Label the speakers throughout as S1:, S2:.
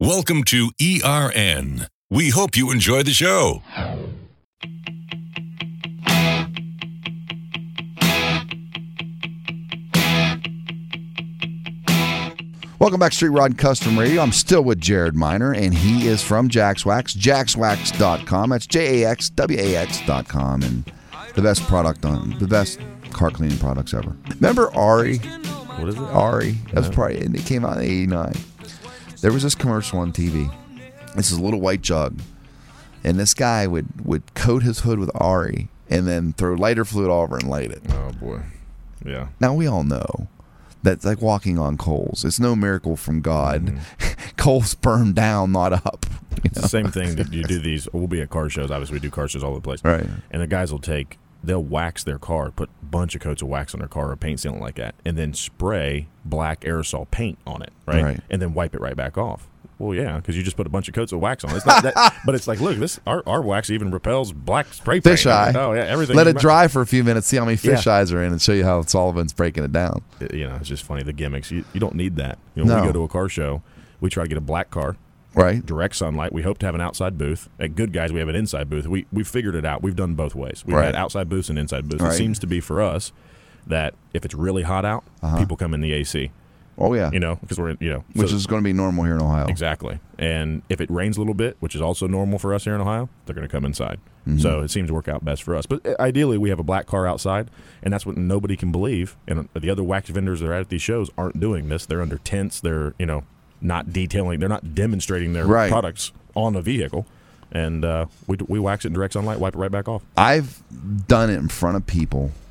S1: Welcome to ERN. We hope you enjoy the show.
S2: Welcome back, to Street Rod and Custom Radio. I'm still with Jared Miner, and he is from Jaxwax, jaxwax.com. That's J A X W A X.com, and the best product on the best car cleaning products ever. Remember Ari?
S3: What is it?
S2: Ari. That was probably, and it came out in 89. There was this commercial on TV. This is a little white jug. And this guy would, would coat his hood with Ari and then throw lighter fluid all over and light it.
S3: Oh boy. Yeah.
S2: Now we all know that's like walking on coals. It's no miracle from God.
S3: Mm-hmm.
S2: coals burn down, not up. you
S3: It's the same thing that you do these we'll be at car shows, obviously we do car shows all over the place.
S2: Right.
S3: And the guys will take they'll wax their car, put a bunch of coats of wax on their car or paint sealant like that, and then spray black aerosol paint on it, right?
S2: Right.
S3: And then wipe it right back off. Well, yeah, because you just put a bunch of coats of wax on. it. It's not that, but it's like, look, this our, our wax even repels black spray paint.
S2: Fisheye.
S3: Oh yeah, everything.
S2: Let
S3: you
S2: it
S3: might-
S2: dry for a few minutes, see how many
S3: Yeah.
S2: fish eyes are in, and show you how Sullivan's breaking it down.
S3: it- you know, it's just funny the gimmicks. You, you don't need that. You know, when
S2: No.
S3: we go to a car show, we try to get a black car,
S2: Right?
S3: direct sunlight. We hope to have an outside booth. At Good Guys, we have an inside booth. We we figured it out. We've done both ways. We've
S2: Right.
S3: had outside booths and inside booths.
S2: Right.
S3: It seems to be for us that if it's really hot out, people come in the AC.
S2: Oh, yeah.
S3: You know, because we're in- you know,
S2: Uh-huh. Which
S3: so-
S2: is going to be normal here in Ohio.
S3: exactly. And if it rains a little bit, which is also normal for us here in Ohio, they're going to come inside.
S2: Mm-hmm.
S3: So it seems to work out best for us. But uh, ideally, we have a black car outside, and that's what nobody can believe. And uh, the other wax vendors that are at these shows aren't doing this. They're under tents. They're you know not detailing. They're not demonstrating their
S2: Right.
S3: products on a vehicle. And uh, we we wax it in direct sunlight, wipe it right back off.
S2: I've done it in front of people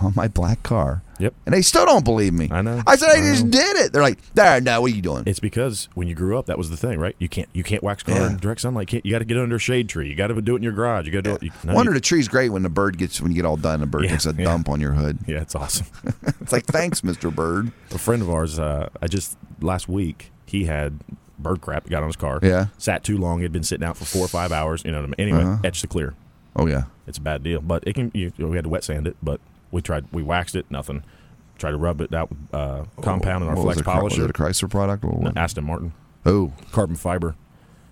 S2: on my black car.
S3: Yep.
S2: And they still don't believe me.
S3: I know.
S2: I said, I,
S3: I
S2: just
S3: know.
S2: did it. They're like, there, now what are you doing?
S3: It's because when you grew up, that was the thing, right? You can't you can't wax car
S2: Yeah.
S3: in direct sunlight. Can't, you got to get under a shade tree. You got to do it in your garage. You got to do it. You, no,
S2: Wonder
S3: you-
S2: the tree's great when the bird gets when you get all done. The bird
S3: Yeah,
S2: gets a
S3: yeah.
S2: dump on your hood.
S3: yeah, it's awesome.
S2: It's like thanks, Mister Bird.
S3: A friend of ours, uh, I just last week he had bird crap got on his car.
S2: Yeah. Uh-huh.
S3: sat too long. He'd been sitting out for four or five hours. You know what I mean? Anyway, etched the clear.
S2: Oh yeah,
S3: It's a bad deal, but it can. You, you know, we had to wet sand it, but we tried. We waxed it. Nothing. Tried to rub it out with uh, compound and our
S2: What was
S3: flex
S2: it, Chry- Was
S3: polisher.
S2: it a Chrysler product? Or what?
S3: Aston Martin
S2: Oh,
S3: carbon fiber,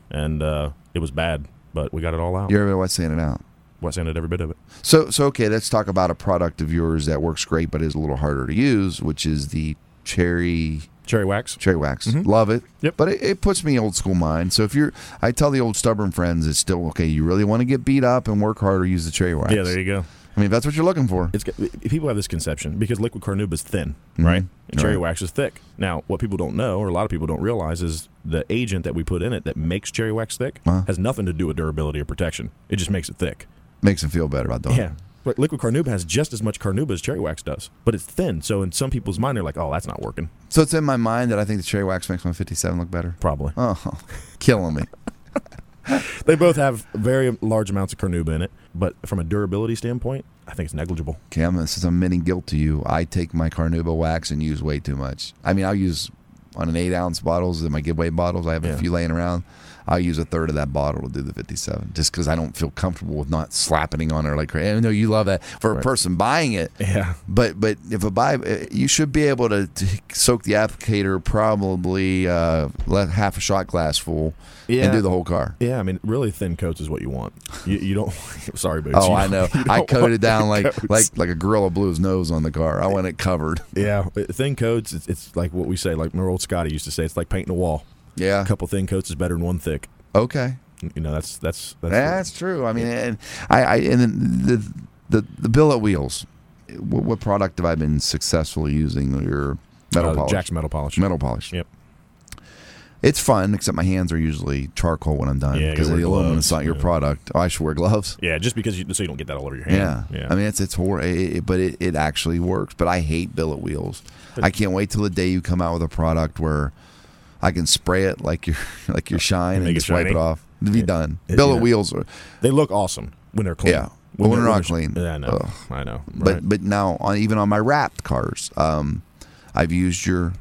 S3: and uh, it was bad, but we got it all out.
S2: you're really saying it out.
S3: wet sanded every bit of it.
S2: So so okay, let's talk about a product of yours that works great but is a little harder to use, which is the cherry
S3: Cherry wax.
S2: cherry wax. Love it.
S3: Mm-hmm. Yep.
S2: But it, it puts me in old school mind. So if you're, I tell the old stubborn friends, it's still okay. You really want to get beat up and work harder, use the cherry wax.
S3: Yeah, there you go.
S2: I mean, if that's what you're looking for.
S3: it's got- people have this conception because liquid carnauba is thin, right? And cherry
S2: Mm-hmm. Right.
S3: wax is thick. Now, what people don't know, or a lot of people don't realize, is the agent that we put in it that makes cherry wax thick has nothing to do with durability or protection. It just makes it thick.
S2: Makes them feel better about doing. it.
S3: But liquid carnauba has just as much carnauba as cherry wax does, but it's thin. So in some people's mind, they're like, "Oh, that's not working."
S2: So it's in my mind that I think the cherry wax makes my 57 look better.
S3: Probably.
S2: Oh, killing me.
S3: They both have very large amounts of carnauba in it, but from a durability standpoint, I think it's negligible.
S2: Okay, I'm, since I'm admitting guilt to you, I take my Carnuba wax and use way too much. I mean, I'll use on an eight ounce bottles in my giveaway bottles. I have a
S3: Yeah.
S2: few laying around. I'll use a third of that bottle to do the 57 just because I don't feel comfortable with not slapping on her like crazy. I know you love that for a person buying it.
S3: Yeah.
S2: But but if a buy, eh, you should be able to, to soak the applicator probably uh, let half a shot glass full
S3: Yeah.
S2: and do the whole car.
S3: Yeah, I mean, really thin coats is what you want. You, you don't. Sorry, boots.
S2: Oh,
S3: You
S2: I
S3: don't-
S2: know.
S3: you
S2: I
S3: don't
S2: coated
S3: want
S2: it down
S3: thin
S2: like
S3: coats.
S2: like like a gorilla blew his nose on the car. I want it covered.
S3: Yeah, but thin coats. It's, it's like what we say. Like remember old Scotty used to say, it's like painting a wall.
S2: Yeah.
S3: A couple thin coats is better than one thick.
S2: Okay.
S3: You know, that's that's that's.
S2: That's true. I mean, and I, I and then the the the billet wheels. What, what product have I been successfully using? Your metal
S3: uh,
S2: polish.
S3: Jack's metal polish.
S2: metal polish.
S3: Yep.
S2: It's fun, except my hands are usually charcoal when I'm done
S3: Yeah, you
S2: because of
S3: wear
S2: the aluminum.
S3: gloves,
S2: It's not your
S3: yeah.
S2: product. Oh, I should wear gloves.
S3: Yeah, just because you so you don't get that all over your hand.
S2: Yeah.
S3: yeah.
S2: I mean, it's it's horrible, it, it- but it, it actually works. But I hate billet wheels. I can't wait till the day you come out with a product where I can spray it like your like your shine and,
S3: make it
S2: just wipe it
S3: shiny.
S2: off. It'll be done.
S3: it-
S2: billet
S3: yeah.
S2: wheels are.
S3: they look awesome when they're clean.
S2: Yeah. But when they're not clean,
S3: Yeah, I know.
S2: ugh.
S3: I know.
S2: But
S3: Right.
S2: but now on even on my wrapped cars, um, I've used your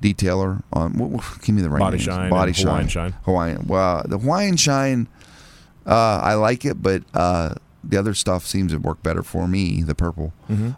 S2: detailer on. What, what- give me the right
S3: Body
S2: names.
S3: Shine
S2: body
S3: and Hawaiian Shine.
S2: Hawaiian. Well, the Hawaiian shine, uh, I like it, but uh, the other stuff seems to work better for me, the purple.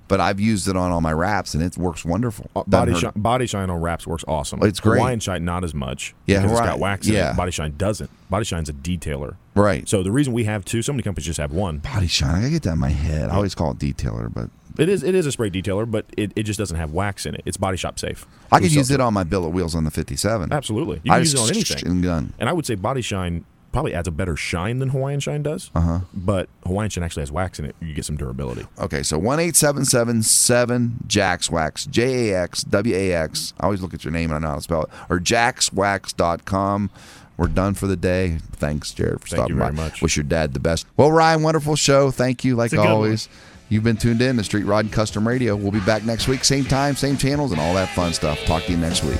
S2: But I've used it on all my wraps and it works wonderful. Doesn't
S3: Mm-hmm. Uh, Body
S2: hurt.
S3: shine, body shine on wraps works awesome.
S2: It's great.
S3: Hawaiian shine not as much.
S2: Yeah,
S3: because it's
S2: right.
S3: got wax in
S2: Yeah.
S3: it. Body shine doesn't. Body shine's a detailer.
S2: Right.
S3: So the reason we have two, so many companies just have one.
S2: Body shine. I get that in my head. I always call it detailer, but
S3: It is it is a spray detailer, but it, it just doesn't have wax in it. It's body shop safe.
S2: I could
S3: We
S2: use
S3: sell-
S2: it on my billet wheels on the 57.
S3: absolutely. You
S2: I
S3: can use
S2: just
S3: it on anything.
S2: and gun.
S3: And I would say Body Shine probably adds a better shine than Hawaiian Shine does. Uh-huh. But Hawaiian Shine actually has wax in it. You get some durability.
S2: Okay, so one eight seven seven seven Jax Wax J A X W A X. I always look at your name and I know how to spell it. Or JaxWax.com. We're done for the day. Thanks, Jared, for
S3: Thank
S2: stopping
S3: you very
S2: by.
S3: much.
S2: Wish your dad the best. Well, Ryan, wonderful show. Thank you, like
S4: a good
S2: always. You've been tuned in to Street Rod and Custom Radio. We'll be back next week, same time, same channels, and all that fun stuff. Talk to you next week.